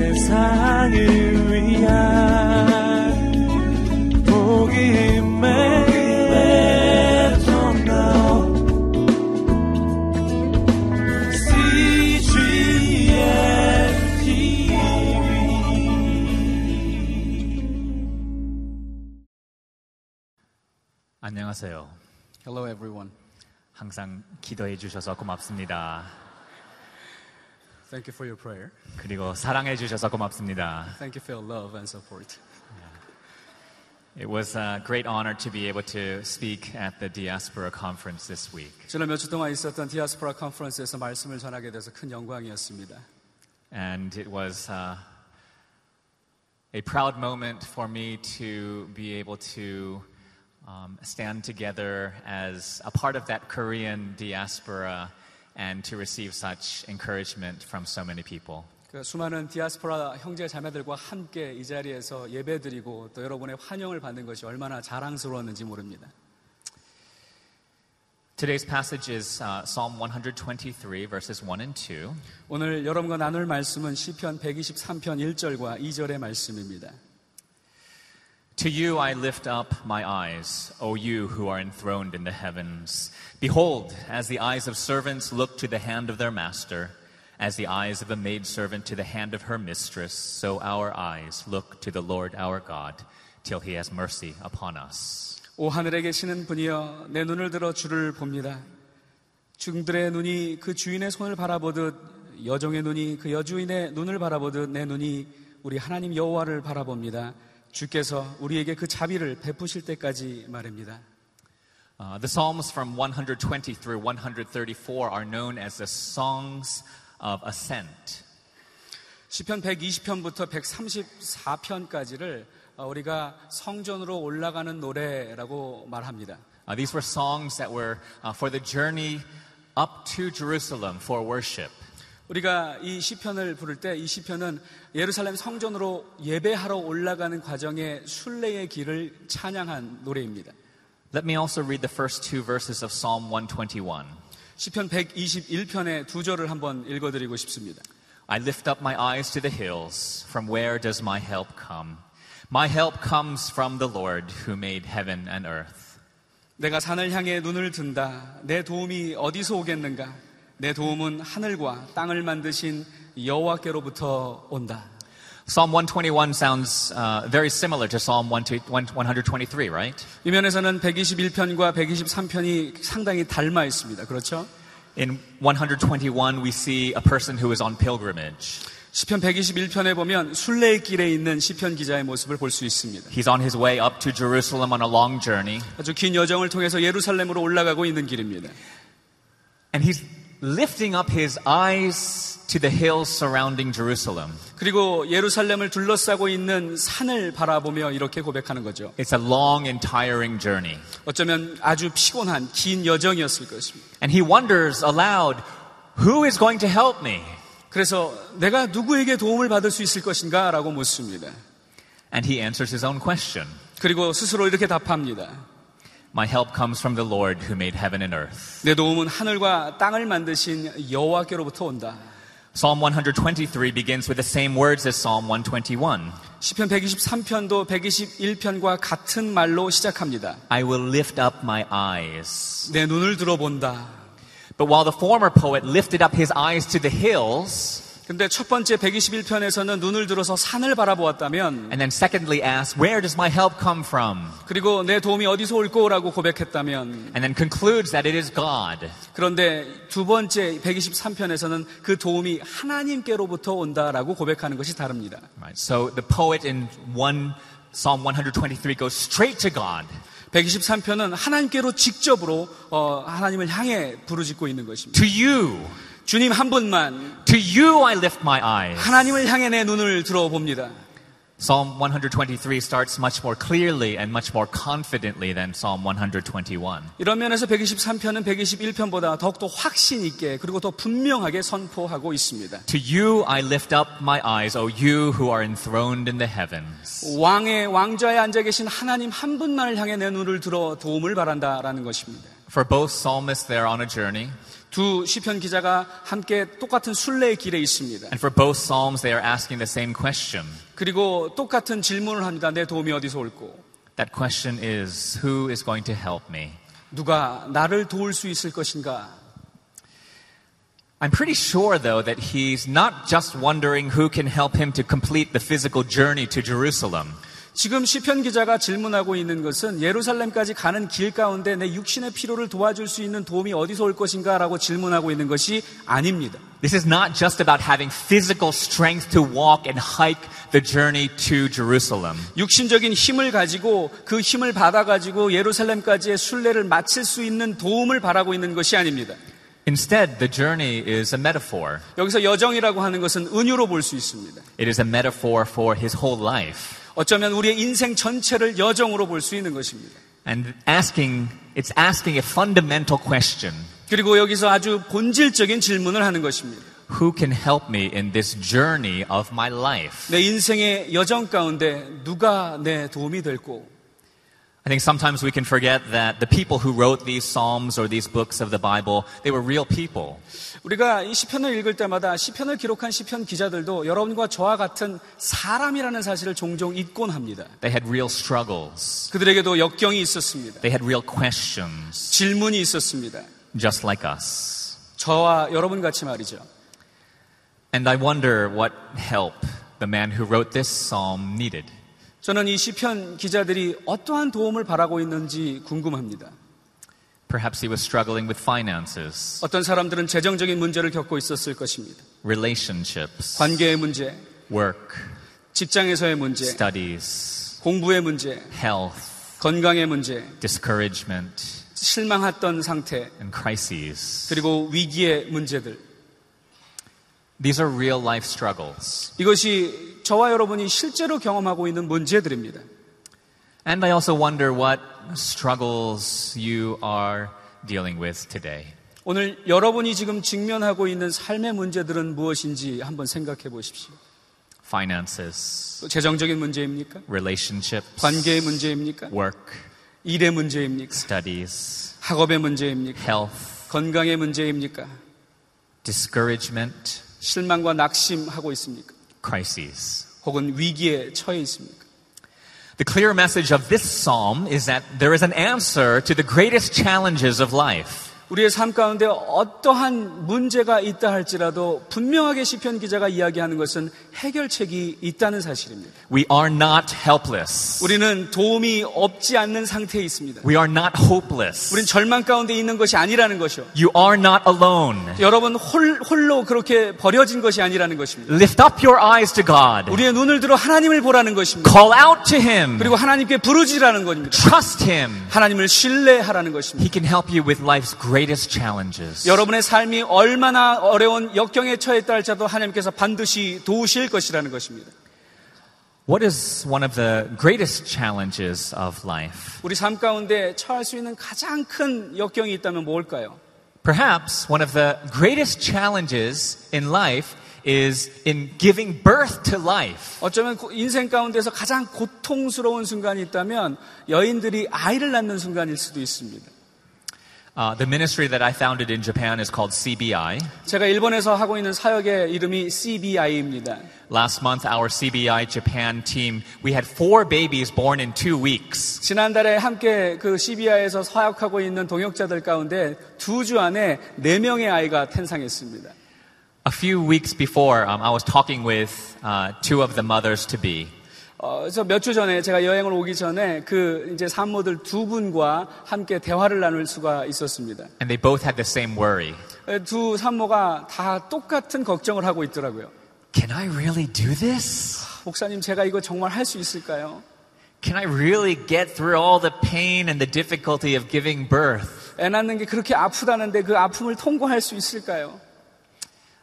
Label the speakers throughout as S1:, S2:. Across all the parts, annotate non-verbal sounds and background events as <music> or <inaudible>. S1: 세상을 위한 복음의 통로 CGN TV
S2: 안녕하세요.
S3: Hello, everyone.
S2: 항상 기도해 주셔서 고맙습니다.
S3: Thank you for your prayer.
S2: 그리고 사랑해 주셔서 고맙습니다.
S3: Thank you for your love and support.
S2: It was a great honor to be able to speak at the Diaspora Conference this week.
S3: 지난 몇 주 동안 있었던 디아스포라 컨퍼런스에서 말씀을 전하게 돼서 큰 영광이었습니다.
S2: And it was uh, a proud moment for me to be able to um, stand together as a part of that Korean diaspora and to receive such encouragement from so many people.
S3: 그 수많은 디아스포라 형제 자매들과 함께 이 자리에서 예배드리고 또 여러분의 환영을 받는 것이 얼마나 자랑스러웠는지 모릅니다.
S2: Today's passage is uh, Psalm 123, verses 1 and 2.
S3: 오늘 여러분과 나눌 말씀은 시편 123편 1절과 2절의 말씀입니다.
S2: To you I lift up my eyes, O you who are enthroned in the heavens. Behold, as the eyes of servants look to the hand of their master, as the eyes of a maidservant to the hand of her mistress, so our eyes look to the Lord our God, till he has mercy upon us.
S3: 오 하늘에 계시는 분이여 내 눈을 들어 주를 봅니다. 중들의 눈이 그 주인의 손을 바라보듯 여종의 눈이 그 여주인의 눈을 바라보듯 내 눈이 우리 하나님 여호와를 바라봅니다. 주께서 우리에게 그 자비를 베푸실 때까지 말입니다.
S2: Uh, the Psalms from 120 through 134 are known as the Songs of Ascent.
S3: 시편 120편부터 134편까지를 우리가 성전으로 올라가는 노래라고 말합니다.
S2: Uh, these were songs that were uh, for the journey up to Jerusalem for worship.
S3: 우리가 이 시편을 부를 때 이 시편은 예루살렘 성전으로 예배하러 올라가는 과정의 순례의 길을 찬양한 노래입니다.
S2: Let me also read the first two verses of Psalm 121.
S3: 시편 121편의 두 절을 한번 읽어드리고 싶습니다.
S2: I lift up my eyes to the hills. From where does my help come? My help comes from the Lord who made heaven and earth.
S3: 내가 산을 향해 눈을 든다. 내 도움이 어디서 오겠는가? 내 도움은 하늘과 땅을 만드신 여호와께로부터 온다.
S2: Psalm 121 sounds uh, very similar to Psalm 123, right?
S3: 이 면에서는 121편과 123편이 상당히 닮아 있습니다. 그렇죠?
S2: In 121, we see a person who is on pilgrimage.
S3: 시편 121편에 보면 순례의 길에 있는 시편 기자의 모습을 볼 수 있습니다.
S2: He's on his way up to Jerusalem on a long journey.
S3: 아주 긴 여정을 통해서 예루살렘으로 올라가고 있는 길입니다.
S2: And he's lifting up his eyes to the hills surrounding Jerusalem.
S3: 그리고 예루살렘을 둘러싸고 있는 산을 바라보며 이렇게 고백하는 거죠.
S2: It's a long and tiring journey.
S3: 어쩌면 아주 피곤한 긴 여정이었을 것입니다.
S2: And he wonders aloud, who is going to help me?
S3: 그래서 내가 누구에게 도움을 받을 수 있을 것인가? 라고 묻습니다.
S2: And he answers his own question.
S3: 그리고 스스로 이렇게 답합니다.
S2: My help comes from the Lord who made heaven and earth.
S3: 내 도움은 하늘과 땅을 만드신 여호와께로부터 온다.
S2: Psalm 123 begins with the same words as Psalm 121.
S3: 시편 123편도 121편과 같은 말로 시작합니다.
S2: I will lift up my eyes.
S3: 내 눈을 들어본다.
S2: But while the former poet lifted up his eyes to the hills,
S3: 근데 첫 번째 121편에서는 눈을 들어서 산을 바라보았다면
S2: and then secondly asked, Where does my help come from?
S3: 그리고 내 도움이 어디서 올 거라고 고백했다면
S2: And then concludes that it is God.
S3: 그런데 두 번째 123편에서는 그 도움이 하나님께로부터 온다라고 고백하는 것이 다릅니다.
S2: Right. So the poet in one Psalm 123 goes straight to God.
S3: 123편은 하나님께로 직접으로 어, 하나님을 향해 부르짖고 있는 것입니다.
S2: To you,
S3: 주님 한 분만
S2: to you I lift my eyes.
S3: 하나님을 향해 내 눈을 들어봅니다.
S2: Psalm 123 starts much more clearly and much more confidently than Psalm 121.
S3: 이런 면에서 123편은 121편보다 더욱더 확신 있게 그리고 더 분명하게 선포하고 있습니다.
S2: To you I lift up my eyes, O you who are enthroned in the heavens.
S3: 왕의 왕좌에 앉아 계신 하나님 한 분만을 향해 내 눈을 들어 도움을 바란다라는 것입니다.
S2: For both psalmists, they're on a journey.
S3: 두 시편 기자가 함께 똑같은 순례의 길에 있습니다.
S2: And for both Psalms, they are asking the same question.
S3: 그리고 똑같은 질문을 합니다. 내 도움이 어디서 올고?
S2: That question is Who is going to help me?
S3: 누가 나를 도울 수 있을 것인가?
S2: I'm pretty sure, though, that he's not just wondering who can help him to complete the physical journey to Jerusalem.
S3: 지금 시편 기자가 질문하고 있는 것은 예루살렘까지 가는 길 가운데 내 육신의 피로를 도와줄 수 있는 도움이 어디서 올 것인가라고 질문하고 있는 것이 아닙니다.
S2: This is not just about having physical strength to walk and hike the journey to Jerusalem.
S3: 육신적인 힘을 가지고 그 힘을 받아 가지고 예루살렘까지의 순례를 마칠 수 있는 도움을 바라고 있는 것이 아닙니다.
S2: Instead, the journey is a metaphor.
S3: 여기서 여정이라고 하는 것은 은유로 볼 수 있습니다.
S2: It is a metaphor for his whole life.
S3: 어쩌면 우리의 인생 전체를 여정으로 볼 수 있는 것입니다.
S2: And asking, it's asking a fundamental question.
S3: 그리고 여기서 아주 본질적인 질문을 하는 것입니다.
S2: Who can help me in this journey of my life?
S3: 내 인생의 여정 가운데 누가 내 도움이 될고
S2: I think sometimes we can forget that the people who wrote these psalms or these books of the Bible, they were real people.
S3: 우리가 이 시편을 읽을 때마다 시편을 기록한 시편 기자들도 여러분과 저와 같은 사람이라는 사실을 종종 잊곤 합니다.
S2: They had real struggles.
S3: 그들에게도 역경이 있었습니다.
S2: They had real questions,
S3: 질문이 있었습니다.
S2: just like us.
S3: 저와 여러분 같이 말이죠.
S2: And I wonder what help the man who wrote this psalm needed.
S3: 저는 이 시편 기자들이 어떠한 도움을 바라고 있는지 궁금합니다.
S2: Perhaps he was struggling with finances,
S3: 어떤 사람들은 재정적인 문제를 겪고 있었을 것입니다.
S2: relationships,
S3: 관계의 문제,
S2: work,
S3: 직장에서의 문제,
S2: studies,
S3: 공부의 문제,
S2: health,
S3: 건강의 문제,
S2: discouragement,
S3: 실망했던 상태,
S2: and crises.
S3: 그리고 위기의 문제들.
S2: These are real life struggles.
S3: 이것이 저와 여러분이 실제로 경험하고 있는 문제들입니다.
S2: And I also wonder what struggles you are dealing with today.
S3: 오늘 여러분이 지금 직면하고 있는 삶의 문제들은 무엇인지 한번 생각해 보십시오.
S2: Finances,
S3: 또 재정적인 문제입니까?
S2: relationships,
S3: 관계의 문제입니까?
S2: work,
S3: 일의 문제입니까?
S2: studies,
S3: 학업의 문제입니까?
S2: health,
S3: 건강의 문제입니까?
S2: discouragement,
S3: 실망과 낙심하고 있습니까?
S2: crises.
S3: 혹은 위기에 처해 있습니까?
S2: The clear message of this psalm is that there is an answer to the greatest challenges of life.
S3: 우리의 삶 가운데 어떠한 문제가 있다 할지라도 분명하게 시편 기자가 이야기하는 것은 해결책이 있다는 사실입니다.
S2: We are not helpless.
S3: 우리는 도움이 없지 않는 상태에 있습니다.
S2: We are not hopeless.
S3: 우린 절망 가운데 있는 것이 아니라는 것이요.
S2: You are not alone.
S3: 여러분 홀, 홀로 그렇게 버려진 것이 아니라는 것입니다.
S2: Lift up your eyes to God.
S3: 우리의 눈을 들어 하나님을 보라는 것입니다.
S2: Call out to Him.
S3: 그리고 하나님께 부르짖으라는 것입니다.
S2: Trust Him.
S3: 하나님을 신뢰하라는 것입니다.
S2: He can help you with life's greatest challenges.
S3: 여러분의 삶이 얼마나 어려운 역경에 처했다 할지라도 하나님께서 반드시 도우실 것이라는 것입니다.
S2: What is one of the greatest challenges of life?
S3: 우리 삶 가운데 처할 수 있는 가장 큰 역경이 있다면 뭘까요?
S2: Perhaps one of the greatest challenges in life is in giving birth to life.
S3: 어쩌면 고- 인생 가운데서 가장 고통스러운 순간이 있다면 여인들이 아이를 낳는 순간일 수도 있습니다.
S2: Uh, the ministry that I founded in Japan is called CBI.
S3: 제가 일본에서 하고 있는 사역의 이름이 CBI입니다.
S2: Last month, our CBI Japan team, we had four babies born in two weeks.
S3: 지난달에 함께 그 CBI에서 사역하고 있는 동역자들 가운데 두 주 안에 네 명의 아이가 탄생했습니다.
S2: A few weeks before, um, I was talking with uh, two of the mothers to be.
S3: 어, 그래서 몇 주 전에 제가 여행을 오기 전에 그 이제 산모들 두 분과 함께 대화를 나눌 수가 있었습니다. 그
S2: And they both had the same worry.
S3: 두 산모가 다 똑같은 걱정을 하고 있더라고요.
S2: Can I really do this?
S3: 목사님, 제가 이거 정말 할 수 있을까요?
S2: Can I really get through all the pain and the difficulty of giving birth?
S3: 애 낳는 게 그렇게 아프다는데 그 아픔을 통과할 수 있을까요?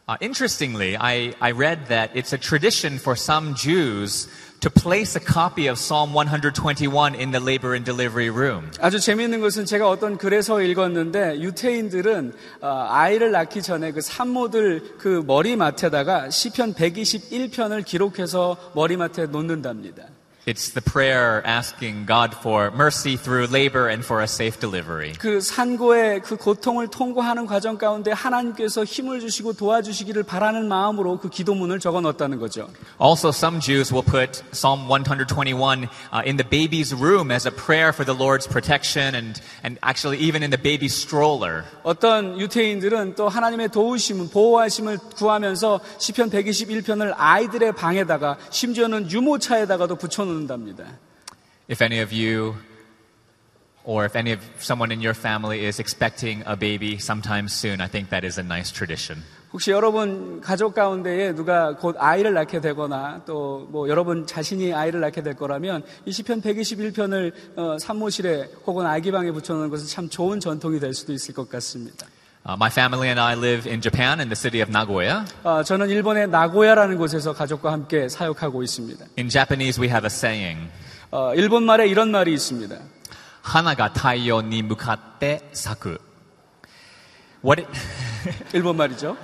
S2: Uh, interestingly, I, I read that it's a tradition for some Jews to place a copy of Psalm 121 in the labor and delivery room.
S3: 아주 재미있는 것은 제가 어떤 글에서 읽었는데 유태인들은 어, 아이를 낳기 전에 그 산모들 그 머리맡에다가 시편 121편을 기록해서 머리맡에 놓는답니다.
S2: It's the prayer asking God for mercy through labor and for a safe delivery.
S3: 그 산고의 그 고통을 통과하는 과정 가운데 하나님께서 힘을 주시고 도와주시기를 바라는 마음으로 그 기도문을 적어 넣었다는 거죠.
S2: Also, some Jews will put Psalm 121 uh, in the baby's room as a prayer for the Lord's protection and, and actually even in the baby's stroller.
S3: 어떤 유태인들은 또 하나님의 도우심, 보호하심을 구하면서 시편 121편을 아이들의 방에다가 심지어는 유모차에다가도 붙여 놓는답니다.
S2: If any of you or if any of someone in your family is expecting a baby sometime soon, I think that is a nice tradition.
S3: 혹시 여러분 가족 가운데에 누가 곧 아이를 낳게 되거나 또 뭐 여러분 자신이 아이를 낳게 될 거라면 이 시편 121편을 산모실에 혹은 아기 방에 붙여 놓는 것은 참 좋은 전통이 될 수도 있을 것 같습니다.
S2: Uh, my family and I live in Japan in the city of Nagoya.
S3: 어, 저는 일본의 나고야라는 곳에서 가족과 함께 사역하고 있습니다.
S2: In Japanese, we have a saying,
S3: 어, 일본 말에 이런 말이 있습니다.
S2: "Hana ga taiyo ni mukatte saku." What it,
S3: 일본 말이죠.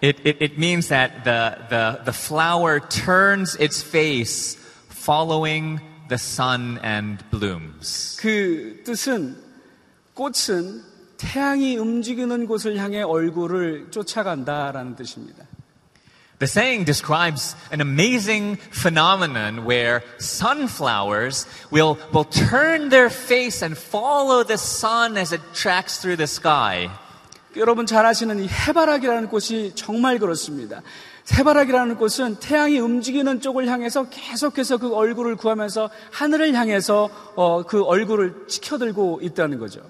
S2: it, it, it means that the, the, the flower turns its face following the sun and blooms.
S3: 그 뜻은 꽃은 태양이 움직이는 곳을 향해 얼굴을 쫓아간다라는 뜻입니다.
S2: The saying describes an amazing phenomenon where sunflowers will, will turn their face and follow the sun as it tracks through the sky.
S3: 여러분 잘 아시는 이 해바라기라는 꽃이 정말 그렇습니다. 해바라기라는 꽃은 태양이 움직이는 쪽을 향해서 계속해서 그 얼굴을 구하면서 하늘을 향해서 어, 그 얼굴을 치켜들고 있다는 거죠.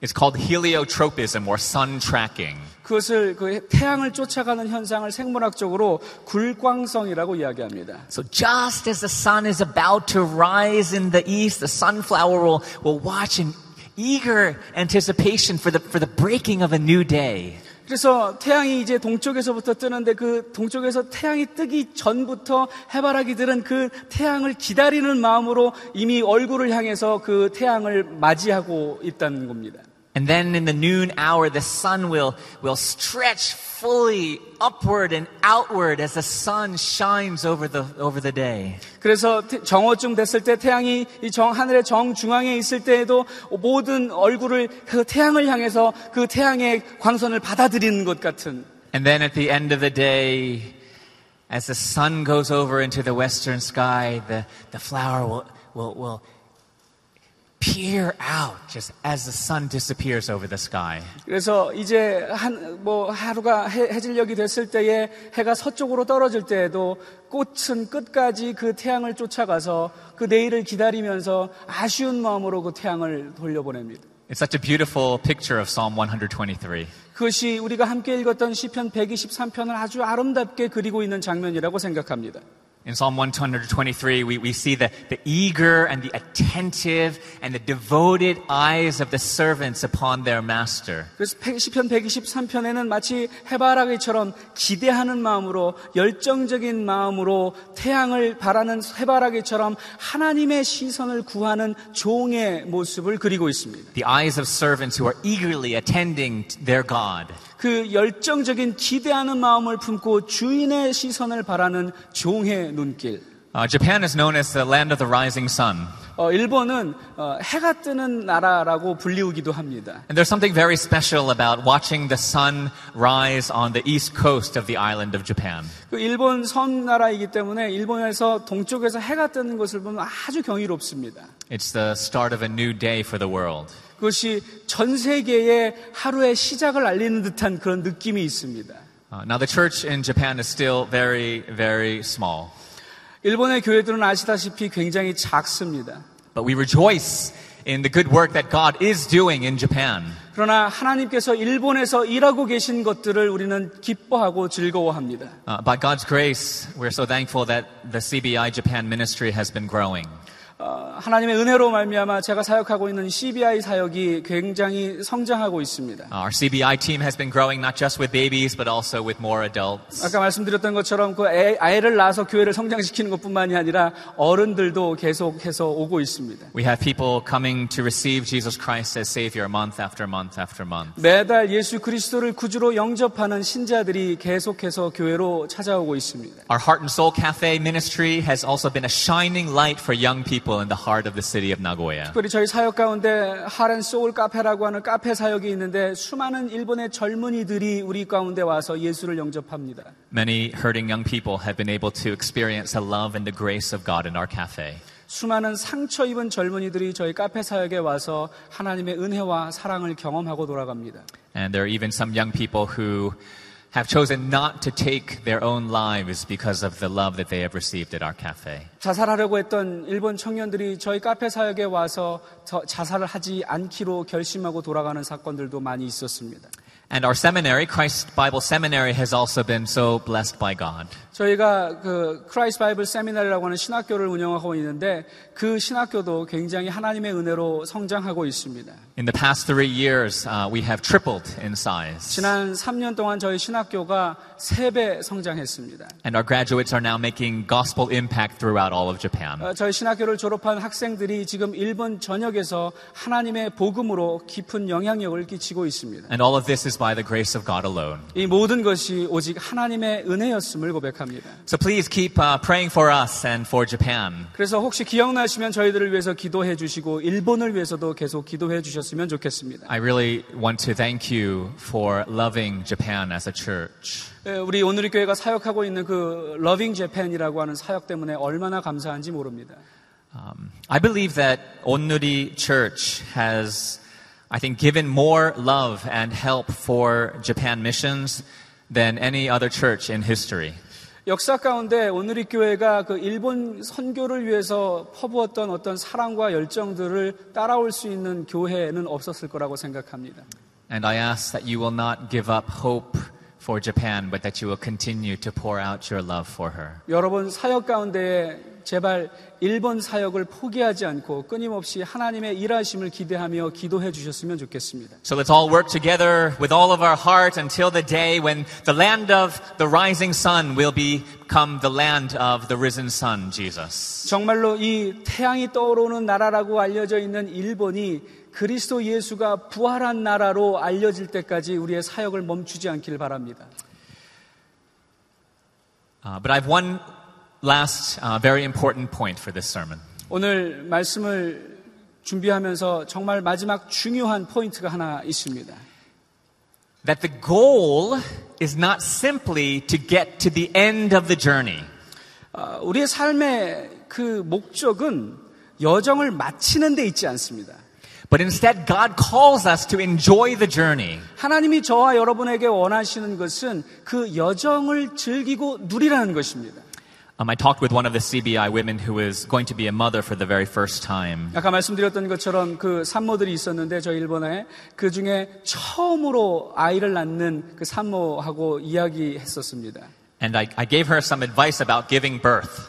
S2: It's called heliotropism or sun tracking.
S3: 그것을 그 태양을 쫓아가는 현상을 생물학적으로 굴광성이라고 이야기합니다.
S2: So just as the sun is about to rise in the east, the sunflower will, will watch in eager anticipation for the, for the breaking of a new day.
S3: 그래서 태양이 이제 동쪽에서부터 뜨는데 그 동쪽에서 태양이 뜨기 전부터 해바라기들은 그 태양을 기다리는 마음으로 이미 얼굴을 향해서 그 태양을 맞이하고 있다는 겁니다.
S2: And then in the noon hour, the sun will, will stretch fully upward and outward as the sun shines over the, over the day.
S3: 그래서 태- 정오쯤 됐을 때 태양이 이 정, 하늘의 정중앙에 있을 때에도 모든 얼굴을 그 태양을 향해서 그 태양의 광선을 받아들이는 것 같은
S2: And then at the end of the day, as the sun goes over into the western sky, the, the flower will, will, will peer out just as the sun disappears over the sky.
S3: 그래서 이제 한 뭐 하루가 해, 해질녘이 됐을 때에 해가 서쪽으로 떨어질 때에도 꽃은 끝까지 그 태양을 쫓아가서 그 내일을 기다리면서 아쉬운 마음으로 그 태양을 돌려보냅니다.
S2: It's such a beautiful picture of Psalm 123.
S3: 그것이 우리가 함께 읽었던 시편 123편을 아주 아름답게 그리고 있는 장면이라고 생각합니다.
S2: In Psalm 123, we, we see the, the eager and the attentive and the devoted eyes of the servants upon their master.
S3: 그래서 백- 시편 123편에는 마치 해바라기처럼 기대하는 마음으로 열정적인 마음으로 태양을 바라는 해바라기처럼 하나님의 시선을 구하는 종의 모습을 그리고 있습니다.
S2: The eyes of servants who are eagerly attending t- their God.
S3: 그 열정적인 기대하는 마음을 품고 주인의 시선을 바라는 종의 눈길.
S2: Uh, Japan is known as the land of the rising sun.
S3: 어, 일본은 어, 해가 뜨는 나라라고 불리우기도 합니다.
S2: And there's something very special about watching the sun rise on the east coast of the island of Japan.
S3: 그 일본 섬나라이기 때문에 일본에서 동쪽에서 해가 뜨는 것을 보면 아주 경이롭습니다.
S2: It's the start of a new day for the world.
S3: 그것이 전 세계의 하루의 시작을 알리는 듯한 그런 느낌이 있습니다.
S2: Uh, now, the church in Japan is still very, very small.
S3: 일본의 교회들은 아시다시피 굉장히 작습니다.
S2: But we rejoice in the good work that God is doing in Japan.
S3: 그러나 하나님께서 일본에서 일하고 계신 것들을 우리는 기뻐하고 즐거워합니다.
S2: Uh, by God's grace, we're so thankful that the CBI Japan ministry has been growing.
S3: 어, 하나님의 은혜로 말미암아 제가 사역하고 있는 CBI 사역이 굉장히 성장하고 있습니다.
S2: Uh, Our CBI team has been growing not just with babies, but also with more adults.
S3: 아까 말씀드렸던 것처럼 그 애- 아이를 낳아서 교회를 성장시키는 것뿐만이 아니라 어른들도 계속해서 오고 있습니다.
S2: We have people coming to receive Jesus Christ as Savior month after month after month.
S3: 매달 예수 그리스도를 구주로 영접하는 신자들이 계속해서 교회로 찾아오고 있습니다.
S2: Our Heart and Soul Cafe ministry has also been a shining light for young people in the heart of the city of Nagoya.
S3: 특별히 저희 사역 가운데 하렌 소울 카페라고 하는 카페 사역이 있는데 수많은 일본의 젊은이들이 우리 가운데 와서 예수를 영접합니다.
S2: Many hurting young people have been able to experience the love and the grace of God in our cafe.
S3: 수많은 상처 입은 젊은이들이 저희 카페 사역에 와서 하나님의 은혜와 사랑을 경험하고 돌아갑니다.
S2: And there are even some young people who have chosen not to take their own lives because of the love that they have received at our cafe.
S3: 자살하려고 했던 일본 청년들이 저희 카페 사역에 와서 저- 자살을 하지 않기로 결심하고 돌아가는 사건들도 많이 있었습니다.
S2: And our seminary, Christ Bible Seminary, has also been so blessed by God.
S3: 저희가 그 크라이스 바이블 세미나리라고 하는 신학교를 운영하고 있는데 그 신학교도 굉장히 하나님의 은혜로 성장하고 있습니다.
S2: In the past three years, uh, we have tripled in size.
S3: 지난 3년 동안 저희 신학교가 3배 성장했습니다.
S2: And our graduates are now making gospel impact throughout all of Japan.
S3: 어, 저희 신학교를 졸업한 학생들이 지금 일본 전역에서 하나님의 복음으로 깊은 영향력을 끼치고 있습니다.
S2: And all of this is by the grace of God alone.
S3: 이 모든 것이 오직 하나님의 은혜였음을 고백합니다.
S2: So please keep uh, praying for us and for Japan.
S3: 그래서 혹시 기억나시면 저희들을 위해서 기도해 주시고 일본을 위해서도 계속 기도해 주셨으면 좋겠습니다.
S2: I really want to thank you for loving Japan as a church.
S3: 예, 우리 오늘의 교회가 사역하고 있는 그 러빙 재팬이라고 하는 사역 때문에 얼마나 감사한지 모릅니다.
S2: Um, I believe that Onnuri Church has, I think, given more love and help for Japan missions than any other church in history.
S3: 역사 가운데 오늘의 교회가 그 일본 선교를 위해서 퍼부었던 어떤 사랑과 열정들을 따라올 수 있는 교회는 없었을 거라고 생각합니다.
S2: And I ask that you will not give up hope for Japan, but that you will continue to pour out your love for her.
S3: 여러분 사역 가운데 제발 일본 사역을 포기하지 않고 끊임없이 하나님의 일하심을 기대하며 기도해 주셨으면 좋겠습니다.
S2: So let's all work together with all of our heart until the day when the land of the rising sun will become the land of the risen sun, Jesus.
S3: 정말로 이 태양이 떠오르는 나라라고 알려져 있는 일본이 그리스도 예수가 부활한 나라로 알려질 때까지 우리의 사역을 멈추지 않길 바랍니다.
S2: Uh, but I have one last uh, very important point for this sermon.
S3: 오늘 말씀을 준비하면서 정말 마지막 중요한 포인트가 하나 있습니다.
S2: That the goal is not simply to get to the end of the journey,
S3: 아, 우리의 삶의 그 목적은 여정을 마치는 데 있지 않습니다.
S2: but instead God calls us to enjoy the journey.
S3: 하나님이 저와 여러분에게 원하시는 것은 그 여정을 즐기고 누리라는 것입니다.
S2: Um, I talked with one of the CBI women who is going to be a mother for the very first time.
S3: 아까 말씀드렸던 것처럼 그 산모들이 있었는데 저 일본에 그 중에 처음으로 아이를 낳는 그 산모하고 이야기했었습니다.
S2: And I, I gave her some advice about giving birth.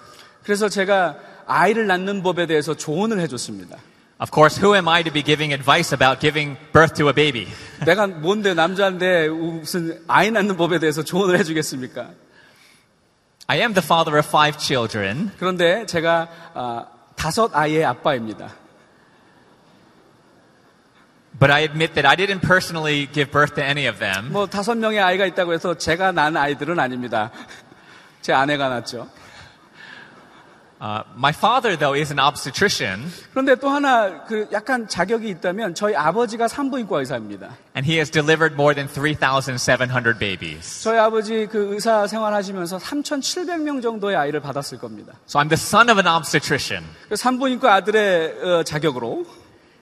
S3: 그래서 제가 아이를 낳는 법에 대해서 조언을 해줬습니다.
S2: Of course, who am I to be giving advice about giving birth to a baby?
S3: 내가 뭔데 남자인데 무슨 아이 낳는 법에 대해서 조언을 해주겠습니까?
S2: I am the father of five children,
S3: 그런데 제가 아, 다섯 아이의 아빠입니다.
S2: but I admit that I didn't personally give birth to any of them.
S3: 뭐 다섯 명의 아이가 있다고 해서 제가 낳은 아이들은 아닙니다. <laughs> 제 아내가 낳았죠.
S2: Uh, my father, though, is an obstetrician,
S3: 그런데 또 하나 그 약간 자격이 있다면 저희 아버지가 산부인과 의사입니다.
S2: and he has delivered more than 3,700 babies.
S3: 저희 아버지 그 의사 생활하시면서 3,700명 정도의 아이를 받았을 겁니다.
S2: So I'm the son of an obstetrician.
S3: 그 산부인과 아들의 어, 자격으로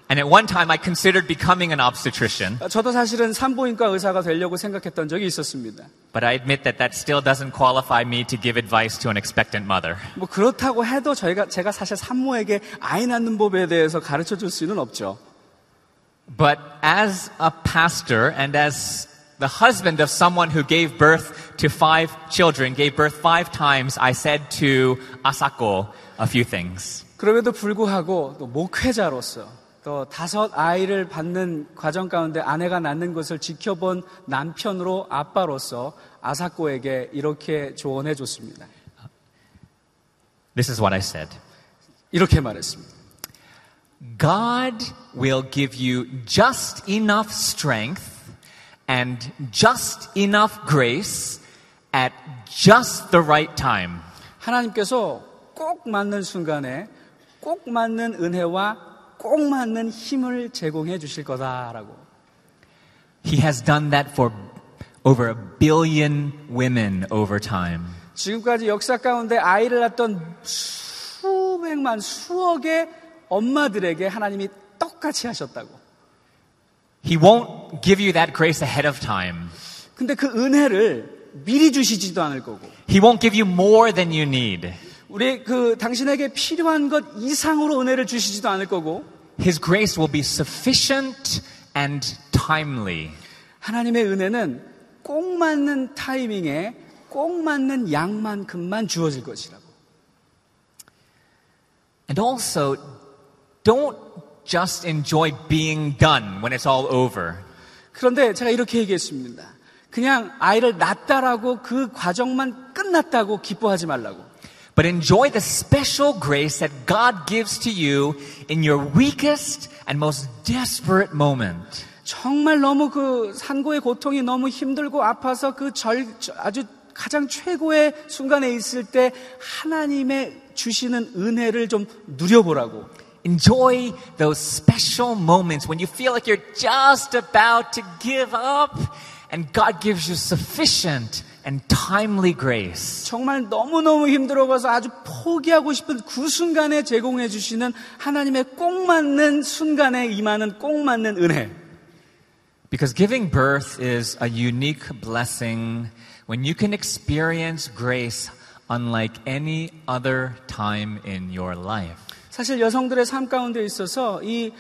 S2: And at one time, I considered becoming an obstetrician,
S3: 어, 저도 사실은 산부인과 의사가 되려고 생각했던 적이 있었습니다.
S2: but I admit that that still doesn't qualify me to give advice to an expectant mother.
S3: 뭐 그렇다고 해도 저희가 제가 사실 산모에게 아이 낳는 법에 대해서 가르쳐 줄 수는 없죠.
S2: But as a pastor and as the husband of someone who gave birth to five children, gave birth five times, I said to Asako a few things.
S3: 그럼에도 불구하고 또 목회자로서 또 다섯 아이를 받는 과정 가운데 아내가 낳는 것을 지켜본 남편으로 아빠로서 아사코에게 이렇게 조언해 줬습니다.
S2: This is what I said
S3: 이렇게 말했습니다.
S2: God will give you just enough strength and just enough grace at just the right time.
S3: 하나님께서 꼭 맞는 순간에 꼭 맞는 은혜와 꼭 맞는 힘을 제공해 주실 거다라고.
S2: He has done that for over a billion women over time.
S3: 지금까지 역사 가운데 아이를 낳던 수백만 수억의 엄마들에게 하나님이 똑같이 하셨다고.
S2: He won't give you that grace ahead of time.
S3: 근데 그 은혜를 미리 주시지도 않을 거고
S2: He won't give you more than you need.
S3: 우리 그 당신에게 필요한 것 이상으로 은혜를 주시지도 않을 거고
S2: His grace will be sufficient and timely.
S3: 하나님의 은혜는 꼭 맞는 타이밍에 꼭 맞는 양만큼만 주어질 것이라고.
S2: And also, don't just enjoy being done when it's all over.
S3: 그런데 제가 이렇게 얘기했습니다. 그냥 아이를 낳았다라고 그 과정만 끝났다고 기뻐하지 말라고.
S2: But enjoy the special grace that God gives to you in your weakest and most desperate moment.
S3: 정말 너무 그 산고의 고통이 너무 힘들고 아파서 그 절 아주 가장 최고의 순간에 있을 때 하나님의 주시는 은혜를 좀 누려보라고.
S2: Enjoy those special moments when you feel like you're just about to give up and God gives you sufficient and timely grace.
S3: 정말 너무너무 힘들어가서 아주 포기하고 싶은 그 순간에 제공해 주시는 하나님의 꼭 맞는 순간에 임하는 꼭 맞는 은혜.
S2: Because giving birth is a unique blessing when you can experience grace unlike any other time in your life.
S3: 사실 여성들의 삶 가운데 있어서 이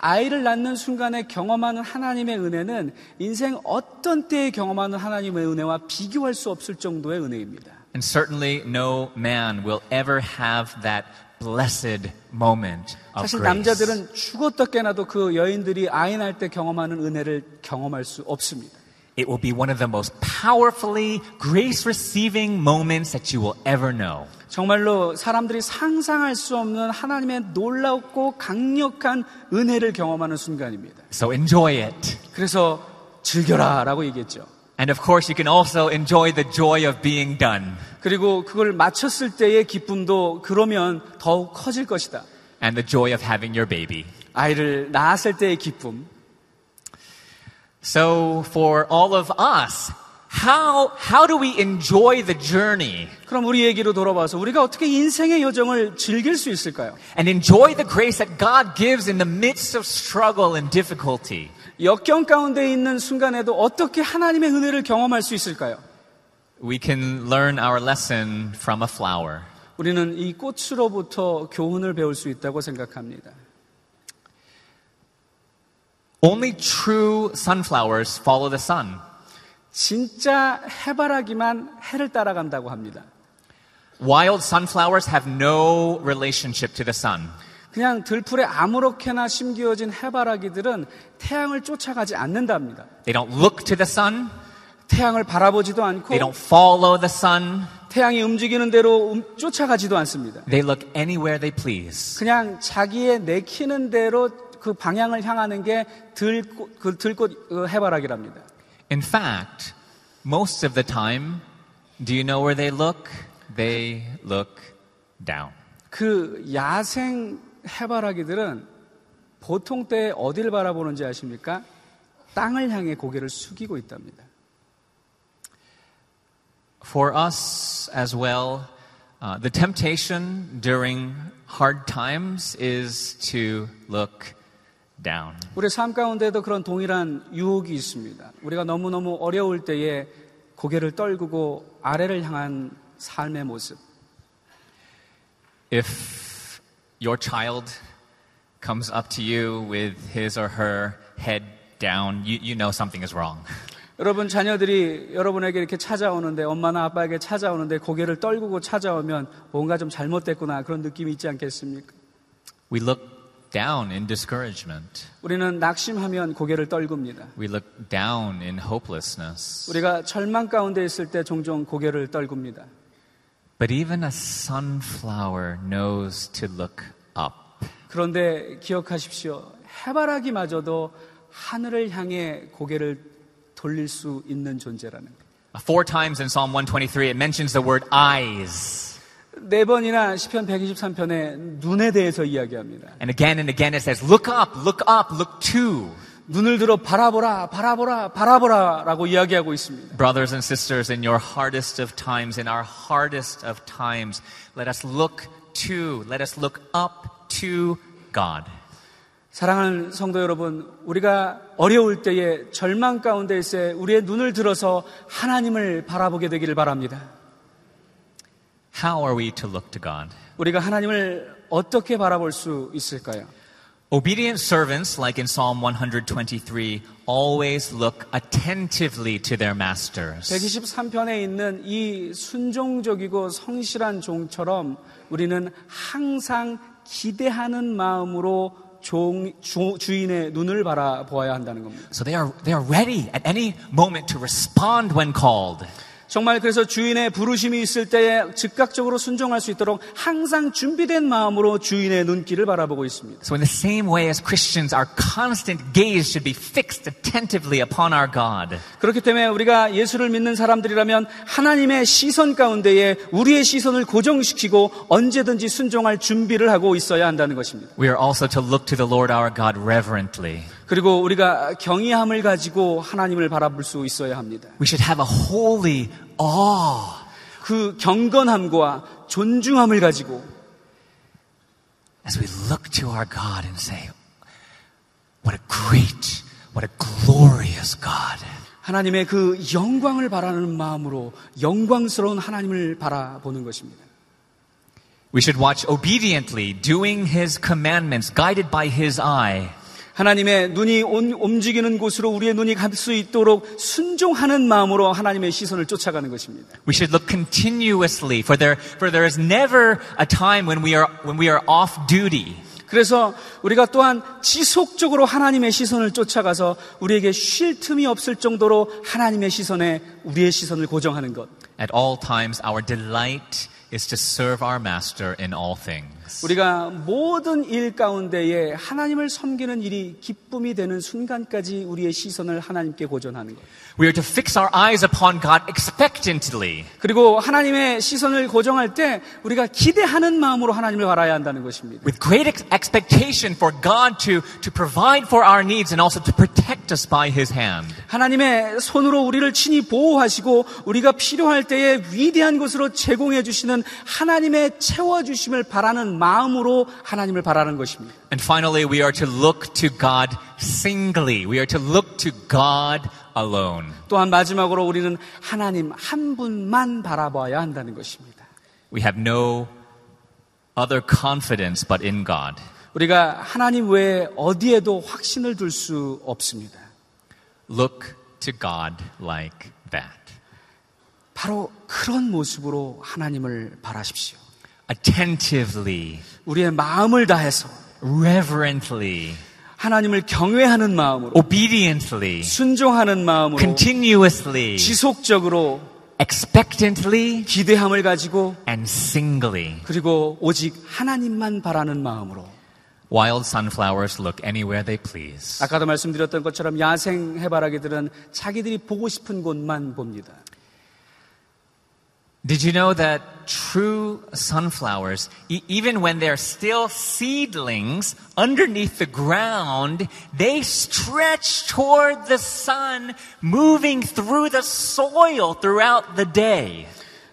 S3: 아이를 낳는 순간에 경험하는 하나님의 은혜는 인생 어떤 때에 경험하는 하나님의 은혜와 비교할 수 없을 정도의 은혜입니다.
S2: And certainly no man will ever have that blessed moment of
S3: 사실
S2: grace.
S3: 남자들은 죽었다 깨나도 그 여인들이 아이 낳을 때 경험하는 은혜를 경험할 수 없습니다.
S2: It will be one of the most powerfully grace receiving moments that you will ever know.
S3: 정말로 사람들이 상상할 수 없는 하나님의 놀랍고 강력한 은혜를 경험하는 순간입니다.
S2: So enjoy it.
S3: 그래서 즐겨라 라고 얘기했죠.
S2: And of course, you can also enjoy the joy of being done
S3: 그리고 그걸 마쳤을 때의 기쁨도 그러면 더욱 커질 것이다.
S2: and the joy of having your baby.
S3: 아이를 낳았을 때의 기쁨.
S2: So for all of us, how, how do we enjoy the journey
S3: 그럼 우리 얘기로 돌아와서 우리가 어떻게 인생의 여정을 즐길 수 있을까요?
S2: and enjoy the grace that God gives in the midst of struggle and difficulty?
S3: 역경 가운데 있는 순간에도 어떻게 하나님의 은혜를 경험할 수 있을까요?
S2: We can learn our lesson from a flower.
S3: 우리는 이 꽃으로부터 교훈을 배울 수 있다고 생각합니다.
S2: Only true sunflowers follow the sun.
S3: 진짜 해바라기만 해를 따라간다고 합니다.
S2: Wild sunflowers have no relationship to the sun.
S3: 그냥 들풀에 아무렇게나 심겨진 해바라기들은 태양을 쫓아가지 않는답니다.
S2: They don't look to the sun.
S3: 태양을 바라보지도
S2: They don't
S3: 않고
S2: follow the sun.
S3: 태양이 움직이는 대로 음- 쫓아가지도 않습니다.
S2: They look anywhere they please.
S3: 그냥 자기의 내키는 대로 그 방향을 향하는 게 들꽃, 그 들꽃 그 해바라기랍니다.
S2: In fact, most of the time, do you know where they look? They look down.
S3: 그 야생 해바라기들은 보통 때 어딜 바라보는지 아십니까? 땅을 향해 고개를 숙이고 있답니다.
S2: For us as well, uh, the temptation during hard times is to look down.
S3: 우리 삶 가운데도 그런 동일한 유혹이 있습니다. 우리가 너무너무 어려울 때에 고개를 떨구고 아래를 향한 삶의 모습.
S2: If your child comes up to you with his or her head down, you, you know something is wrong.
S3: 여러분 자녀들이 여러분에게 이렇게 찾아오는데 엄마나 아빠에게 찾아오는데 고개를 떨구고 찾아오면 뭔가 좀 잘못됐구나 그런 느낌이 있지 않겠습니까?
S2: We look down in discouragement.
S3: 우리는 낙심하면 고개를 떨굽니다.
S2: We look down in hopelessness.
S3: 우리가 절망 가운데 있을 때 종종 고개를 떨굽니다.
S2: But even a sunflower knows to look up.
S3: 그런데 기억하십시오. 해바라기마저도 하늘을 향해 고개를 돌릴 수 있는 존재라는 것.
S2: Four times in Psalm 123, it mentions the word eyes.
S3: 네 번이나 시편 123편에 눈에 대해서 이야기합니다.
S2: And again and again it says, look up, look up, look to.
S3: 눈을 들어 바라보라, 바라보라, 바라보라라고 이야기하고 있습니다.
S2: Brothers and sisters, in your hardest of times, in our hardest of times, let us look to, let us look up to God.
S3: 사랑하는 성도 여러분, 우리가 어려울 때에 절망 가운데 있을 때 우리의 눈을 들어서 하나님을 바라보게 되기를 바랍니다.
S2: How are we to look to God?
S3: 우리가 하나님을 어떻게 바라볼 수 있을까요?
S2: Obedient servants, like in Psalm 123, always look attentively to their masters.
S3: 123편에 있는 이 순종적이고 성실한 종처럼 우리는 항상 기대하는 마음으로 종- 주, 주인의 눈을 바라보아야 한다는 겁니다.
S2: So they are, they are ready at any moment to respond when called.
S3: 정말 그래서 주인의 부르심이 있을 때에 즉각적으로 순종할 수 있도록 항상 준비된 마음으로 주인의 눈길을 바라보고 있습니다.
S2: So, in the same way as Christians, our constant gaze should be fixed attentively upon our God.
S3: 그렇기 때문에 우리가 예수를 믿는 사람들이라면 하나님의 시선 가운데에 우리의 시선을 고정시키고 언제든지 순종할 준비를 하고 있어야 한다는 것입니다.
S2: We are also to look to the Lord our God reverently.
S3: 그리고 우리가 경이함을 가지고 하나님을 바라볼 수 있어야 합니다.
S2: We should have a holy awe
S3: 그 경건함과 존중함을 가지고
S2: as we look to our God and say, What a great, what a glorious God.
S3: 하나님의 그 영광을 바라는 마음으로 영광스러운 하나님을 바라보는 것입니다.
S2: We should watch obediently, doing his commandments, guided by his eye.
S3: 하나님의 눈이 온- 움직이는 곳으로 우리의 눈이 갈 수 있도록 순종하는 마음으로 하나님의 시선을 쫓아가는 것입니다.
S2: We should look continuously, for there, for there is never a time when we are, when we are off duty.
S3: 그래서 우리가 또한 지속적으로 하나님의 시선을 쫓아가서 우리에게 쉴 틈이 없을 정도로 하나님의 시선에 우리의 시선을 고정하는 것.
S2: At all times, our delight is to serve our master in all things.
S3: 우리가 모든 일 가운데에 하나님을 섬기는 일이 기쁨이 되는 순간까지 우리의 시선을 하나님께 고정하는 것.
S2: We are to fix our eyes upon God expectantly.
S3: 그리고 하나님의 시선을 고정할 때 우리가 기대하는 마음으로 하나님을 바라야 한다는 것입니다.
S2: With great ex- expectation for God to, to provide for our needs and also to protect us by His hand.
S3: 하나님의 손으로 우리를 친히 보호하시고 우리가 필요할 때에 위대한 것으로 제공해 주시는 하나님의 채워 주심을 바라는 마음으로 하나님을 바라는 것입니다.
S2: And finally, we are to look to God singly. We are to look to God alone.
S3: 또한 마지막으로 우리는 하나님 한 분만 바라봐야 한다는 것입니다.
S2: We have no other confidence but in God.
S3: 우리가 하나님 외에 어디에도 확신을 둘 수 없습니다.
S2: Look to God like that.
S3: 바로 그런 모습으로 하나님을 바라십시오.
S2: Attentively,
S3: 우리의 마음을 다해서
S2: reverently,
S3: 하나님을 경외하는 마음으로
S2: obediently,
S3: 순종하는 마음으로
S2: continuously,
S3: 지속적으로
S2: expectantly,
S3: 기대함을 가지고
S2: and singly.
S3: 그리고 오직 하나님만 바라는 마음으로
S2: Wild sunflowers look anywhere they please.
S3: 아까도 말씀드렸던 것처럼 야생 해바라기들은 자기들이 보고 싶은 곳만 봅니다.
S2: Did you know that true sunflowers, e- even when they're still seedlings underneath the ground, they stretch toward the sun, moving through the soil throughout the day?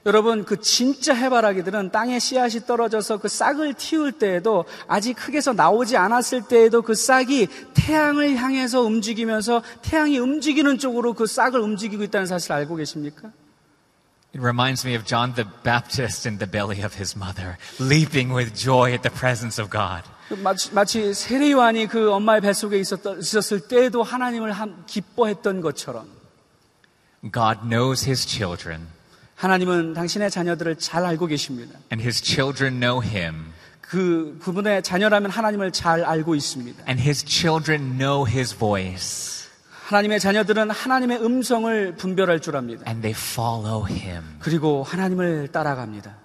S3: 여러분 그 진짜 해바라기들은 땅에 씨앗이 떨어져서 그 싹을 틔울 때에도 아직 흙에서 나오지 않았을 때에도 그 싹이 태양을 향해서 움직이면서 태양이 움직이는 쪽으로 그 싹을 움직이고 있다는 사실 알고 계십니까?
S2: It reminds me of John the Baptist in the belly of his mother, leaping with joy at the presence of God.
S3: 그 마치, 마치 세례요한이 그 엄마의 뱃속에 있었던, 있었을 때에도 하나님을 함- 기뻐했던 것처럼
S2: God knows his children,
S3: 하나님은 당신의 자녀들을 잘 알고 계십니다.
S2: and his children know him,
S3: 그 그분의 자녀라면 하나님을 잘 알고 있습니다.
S2: and his children know his voice,
S3: 하나님의 자녀들은 하나님의 음성을 분별할 줄 압니다.
S2: and they follow him.
S3: 그리고 하나님을 따라갑니다.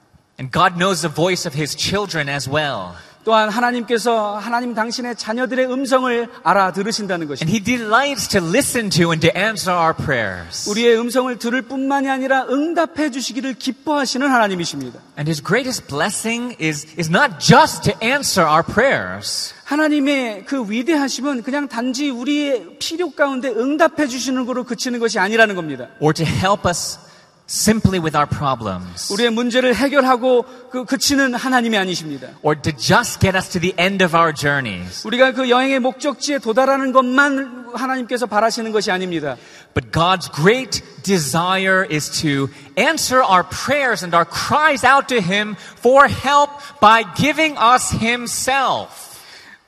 S2: And God knows the voice of his children as well.
S3: 또한 하나님께서 하나님 당신의 자녀들의 음성을 알아들으신다는
S2: And
S3: 것입니다.
S2: he delights to listen to and to answer our prayers.
S3: 우리의 음성을 들을 뿐만이 아니라 응답해 주시기를 기뻐하시는 하나님이십니다.
S2: And his greatest blessing is, is not just to answer our prayers,
S3: 하나님의 그 위대하심은 그냥 단지 우리의 필요 가운데 응답해 주시는 거로 그치는 것이 아니라는 겁니다.
S2: or to help us simply with our problems,
S3: 우리의 문제를 해결하고 그 그치는 하나님이 아니십니다.
S2: or to just get us to the end of our journeys.
S3: 우리가 그 여행의 목적지에 도달하는 것만 하나님께서 바라시는 것이 아닙니다.
S2: But God's great desire is to answer our prayers and our cries out to him for help by giving us himself.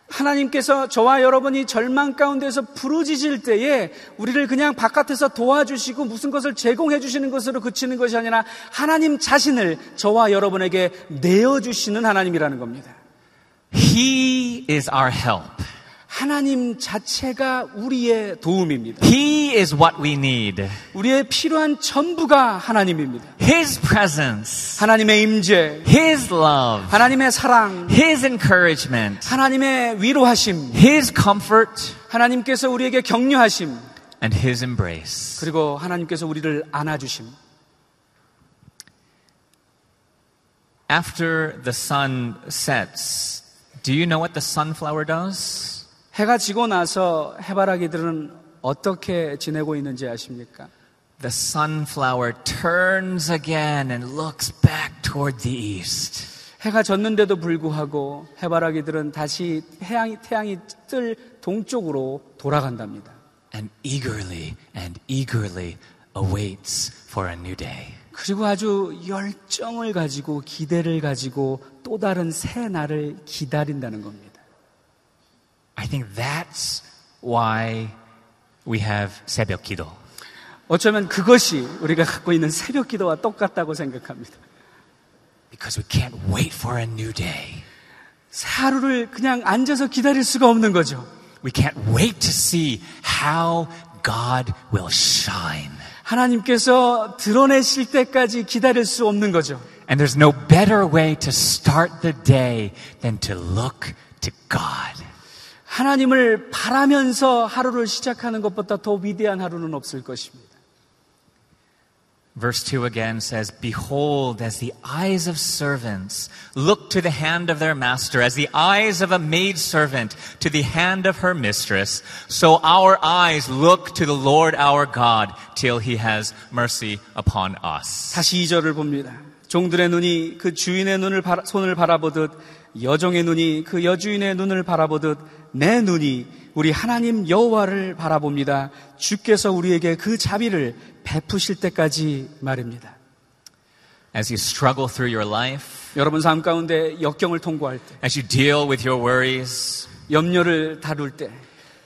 S3: 하나님께서 저와 여러분이 절망 가운데서 부르짖을 때에 우리를 그냥 바깥에서 도와주시고 무슨 것을 제공해 주시는 것으로 그치는 것이 아니라 하나님 자신을 저와 여러분에게 내어 주시는 하나님이라는 겁니다.
S2: He is our help.
S3: 하나님 자체가 우리의 도움입니다.
S2: He is what we need.
S3: 우리의 필요한 전부가 하나님입니다.
S2: His presence,
S3: 하나님의 임재,
S2: his love,
S3: 하나님의 사랑,
S2: his encouragement.
S3: 하나님의 위로하심,
S2: His comfort
S3: 하나님께서 우리에게 격려하심,
S2: and His embrace.
S3: 그리고 하나님께서 우리를 안아주심.
S2: After the sun sets, do you know what the sunflower does?
S3: 해가 지고 나서 해바라기들은 어떻게 지내고 있는지 아십니까?
S2: The sunflower turns again and looks back toward the east.
S3: 해가 졌는데도 불구하고 해바라기들은 다시 태양이, 태양이 뜰 동쪽으로 돌아간답니다.
S2: And eagerly and eagerly awaits for a new day.
S3: 그리고 아주 열정을 가지고 기대를 가지고 또 다른 새 날을 기다린다는 겁니다.
S2: I think that's why we have 새벽 기도.
S3: 어쩌면 그것이 우리가 갖고 있는 새벽 기도와 똑같다고 생각합니다.
S2: Because we can't wait for a new day.
S3: 하루를 그냥 앉아서 기다릴 수가 없는 거죠.
S2: We can't wait to see how God will shine.
S3: 하나님께서 드러내실 때까지 기다릴 수 없는 거죠.
S2: And there's no better way to start the day than to look to God.
S3: 하나님을 바라면서 하루를 시작하는 것보다 더 위대한 하루는 없을 것입니다.
S2: Verse 2 again says, Behold, as the eyes of servants look to the hand of their master, as the eyes of a maidservant to the hand of her mistress, so our eyes look to the Lord our God till he has mercy upon us.
S3: 다시 2절을 봅니다. 종들의 눈이 그 주인의 눈을 바라- 손을 바라보듯 여종의 눈이 그 여주인의 눈을 바라보듯 내 눈이 우리 하나님 여호와를 바라봅니다. 주께서 우리에게 그 자비를 베푸실 때까지 말입니다.
S2: As you struggle through your life,
S3: 여러분 삶 가운데 역경을 통과할 때,
S2: as you deal with your worries,
S3: 염려를 다룰 때,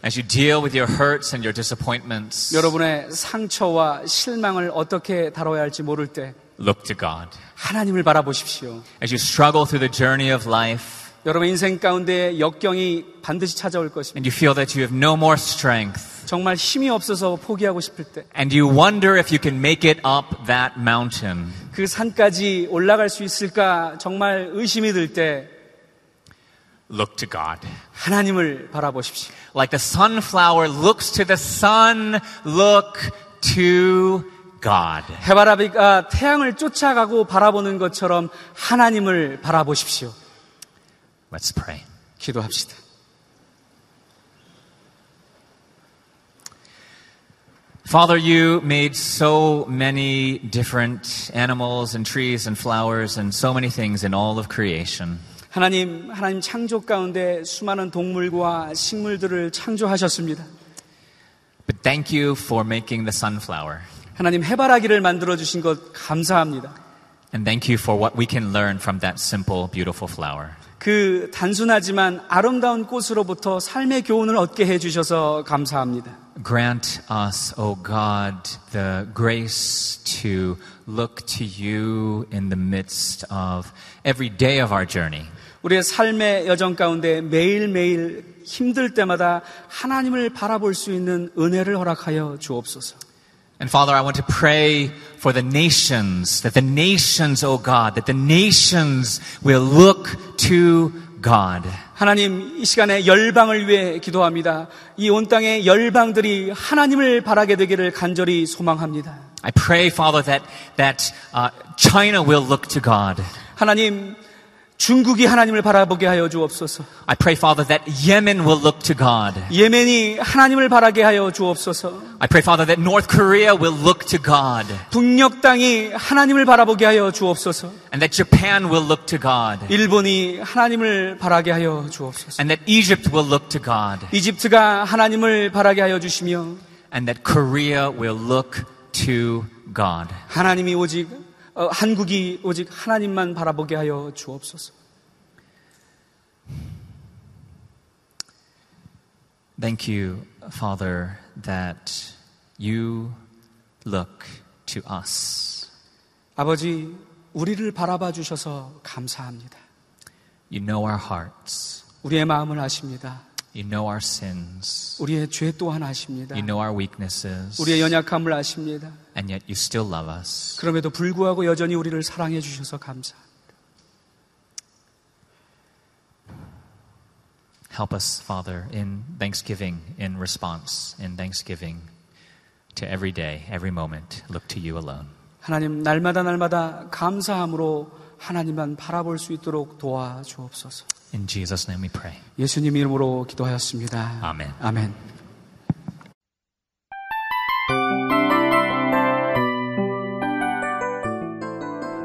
S2: as you deal with your hurts and your disappointments,
S3: 여러분의 상처와 실망을 어떻게 다뤄야 할지 모를 때
S2: look to God.
S3: 하나님을 바라보십시오.
S2: As you struggle through the journey of life
S3: 여러분 인생 가운데 역경이 반드시 찾아올 것입니다.
S2: and you feel that you have no more strength
S3: 정말 힘이 없어서 포기하고 싶을 때,
S2: and you wonder if you can make it up that mountain,
S3: 그 산까지 올라갈 수 있을까 정말 의심이 들 때
S2: look to God.
S3: 하나님을 바라보십시오.
S2: Like the sunflower looks to the sun, look to God.
S3: 해바라기가 태양을 쫓아가고 바라보는 것처럼 하나님을 바라보십시오.
S2: Let's pray.
S3: 기도합시다.
S2: Father, you made so many different animals and trees and flowers and so many things in all of creation.
S3: 하나님, 하나님 창조 가운데 수많은 동물과 식물들을 창조하셨습니다.
S2: But thank you for making the sunflower.
S3: 하나님 해바라기를 만들어 주신 것 감사합니다.
S2: And thank you for what we can learn from that simple, beautiful flower.
S3: 그 단순하지만 아름다운 꽃으로부터 삶의 교훈을 얻게 해 주셔서 감사합니다.
S2: Grant us, O God, the grace to look to you in the midst of every day of our journey.
S3: 우리의 삶의 여정 가운데 매일매일 힘들 때마다 하나님을 바라볼 수 있는 은혜를 허락하여 주옵소서.
S2: And Father, I want to pray for the nations, that the nations, O God, that the nations will look to God.
S3: 하나님, 이 시간에 열방을 위해 기도합니다. 이 온 땅의 열방들이 하나님을 바라게 되기를 간절히 소망합니다.
S2: I pray, Father, that, that uh, China will look to God.
S3: 하나님, 중국이 하나님을 바라보게 하여 주옵소서.
S2: I pray, Father, that Yemen will look to God.
S3: 예멘이 하나님을 바라게 하여 주옵소서.
S2: I pray, Father, that North Korea will look to God
S3: 북녘 땅이 하나님을 바라보게 하여 주옵소서.
S2: and that Japan will look to God
S3: 일본이 하나님을 바라게 하여 주옵소서.
S2: and that Egypt will look to God
S3: 이집트가 하나님을 바라게 하여 주시며
S2: and that Korea will look to God.
S3: 하나님이 오직 어, 한국이 오직 하나님만 바라보게 하여 주옵소서.
S2: Thank you, Father, that you look to us.
S3: 아버지, 우리를 바라봐 주셔서 감사합니다.
S2: You know our hearts.
S3: 우리의 마음을 아십니다.
S2: You know our sins.
S3: 우리의 죄 또한 아십니다.
S2: You know our weaknesses.
S3: 우리의 연약함을 아십니다.
S2: And yet you still love us.
S3: 그럼에도 불구하고 여전히 우리를 사랑해 주셔서 감사.
S2: Help us, Father, in thanksgiving, in response, in thanksgiving to every day, every moment. Look to you alone.
S3: 하나님 날마다 날마다 감사함으로 하나님만 바라볼 수 있도록 도와주옵소서.
S2: In Jesus' name we pray.
S3: 예수님 이름으로 기도하였습니다.
S2: 아멘.
S3: 아멘.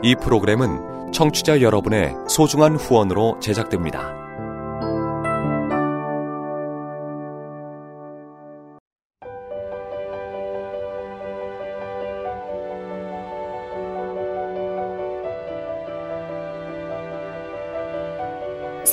S4: 이 프로그램은 청취자 여러분의 소중한 후원으로 제작됩니다.